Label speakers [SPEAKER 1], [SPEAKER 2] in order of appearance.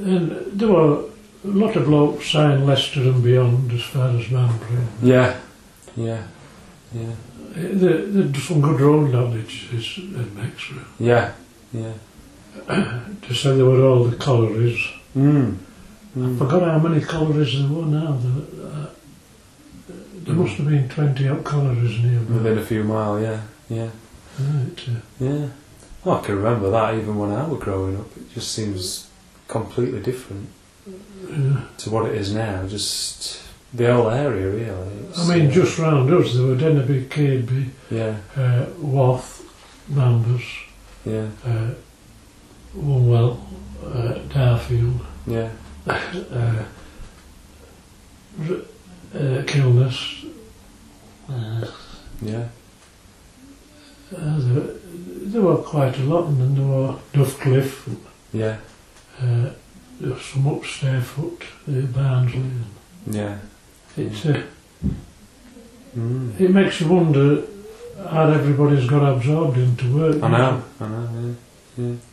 [SPEAKER 1] And there were a lot of blokes saying Leicester and beyond as far as Manbury.
[SPEAKER 2] Yeah. Yeah. Yeah.
[SPEAKER 1] There- There's some good road knowledge is in Mexford.
[SPEAKER 2] Yeah. Yeah.
[SPEAKER 1] To say there were all the collieries.
[SPEAKER 2] Mm.
[SPEAKER 1] I
[SPEAKER 2] Mm.
[SPEAKER 1] forgot how many collieries there were now. There, uh, there must have been 20 odd collieries nearby.
[SPEAKER 2] Within a few mile, yeah. Yeah.
[SPEAKER 1] Right, uh,
[SPEAKER 2] Yeah. Well, I can remember that even when I was growing up. It just seems completely different
[SPEAKER 1] yeah.
[SPEAKER 2] to what it is now. Just the whole area, really. It's,
[SPEAKER 1] I mean,
[SPEAKER 2] uh,
[SPEAKER 1] just round us, there were Denderby, Cadeby,
[SPEAKER 2] Yeah.
[SPEAKER 1] uh, Wath, Mambus,
[SPEAKER 2] Yeah.
[SPEAKER 1] uh, Wunwell, uh, Darfield,
[SPEAKER 2] Yeah.
[SPEAKER 1] uh, r- uh, Kilness. Uh,
[SPEAKER 2] Yeah.
[SPEAKER 1] uh, there, there were quite a lot, and then there were Duffcliffe,
[SPEAKER 2] Yeah.
[SPEAKER 1] uh, there was some upstairs foot, uh, Barnsley.
[SPEAKER 2] Yeah.
[SPEAKER 1] It's, uh,
[SPEAKER 2] Mm.
[SPEAKER 1] it makes you wonder how everybody's got absorbed into work.
[SPEAKER 2] I know. I know. Yeah. Yeah.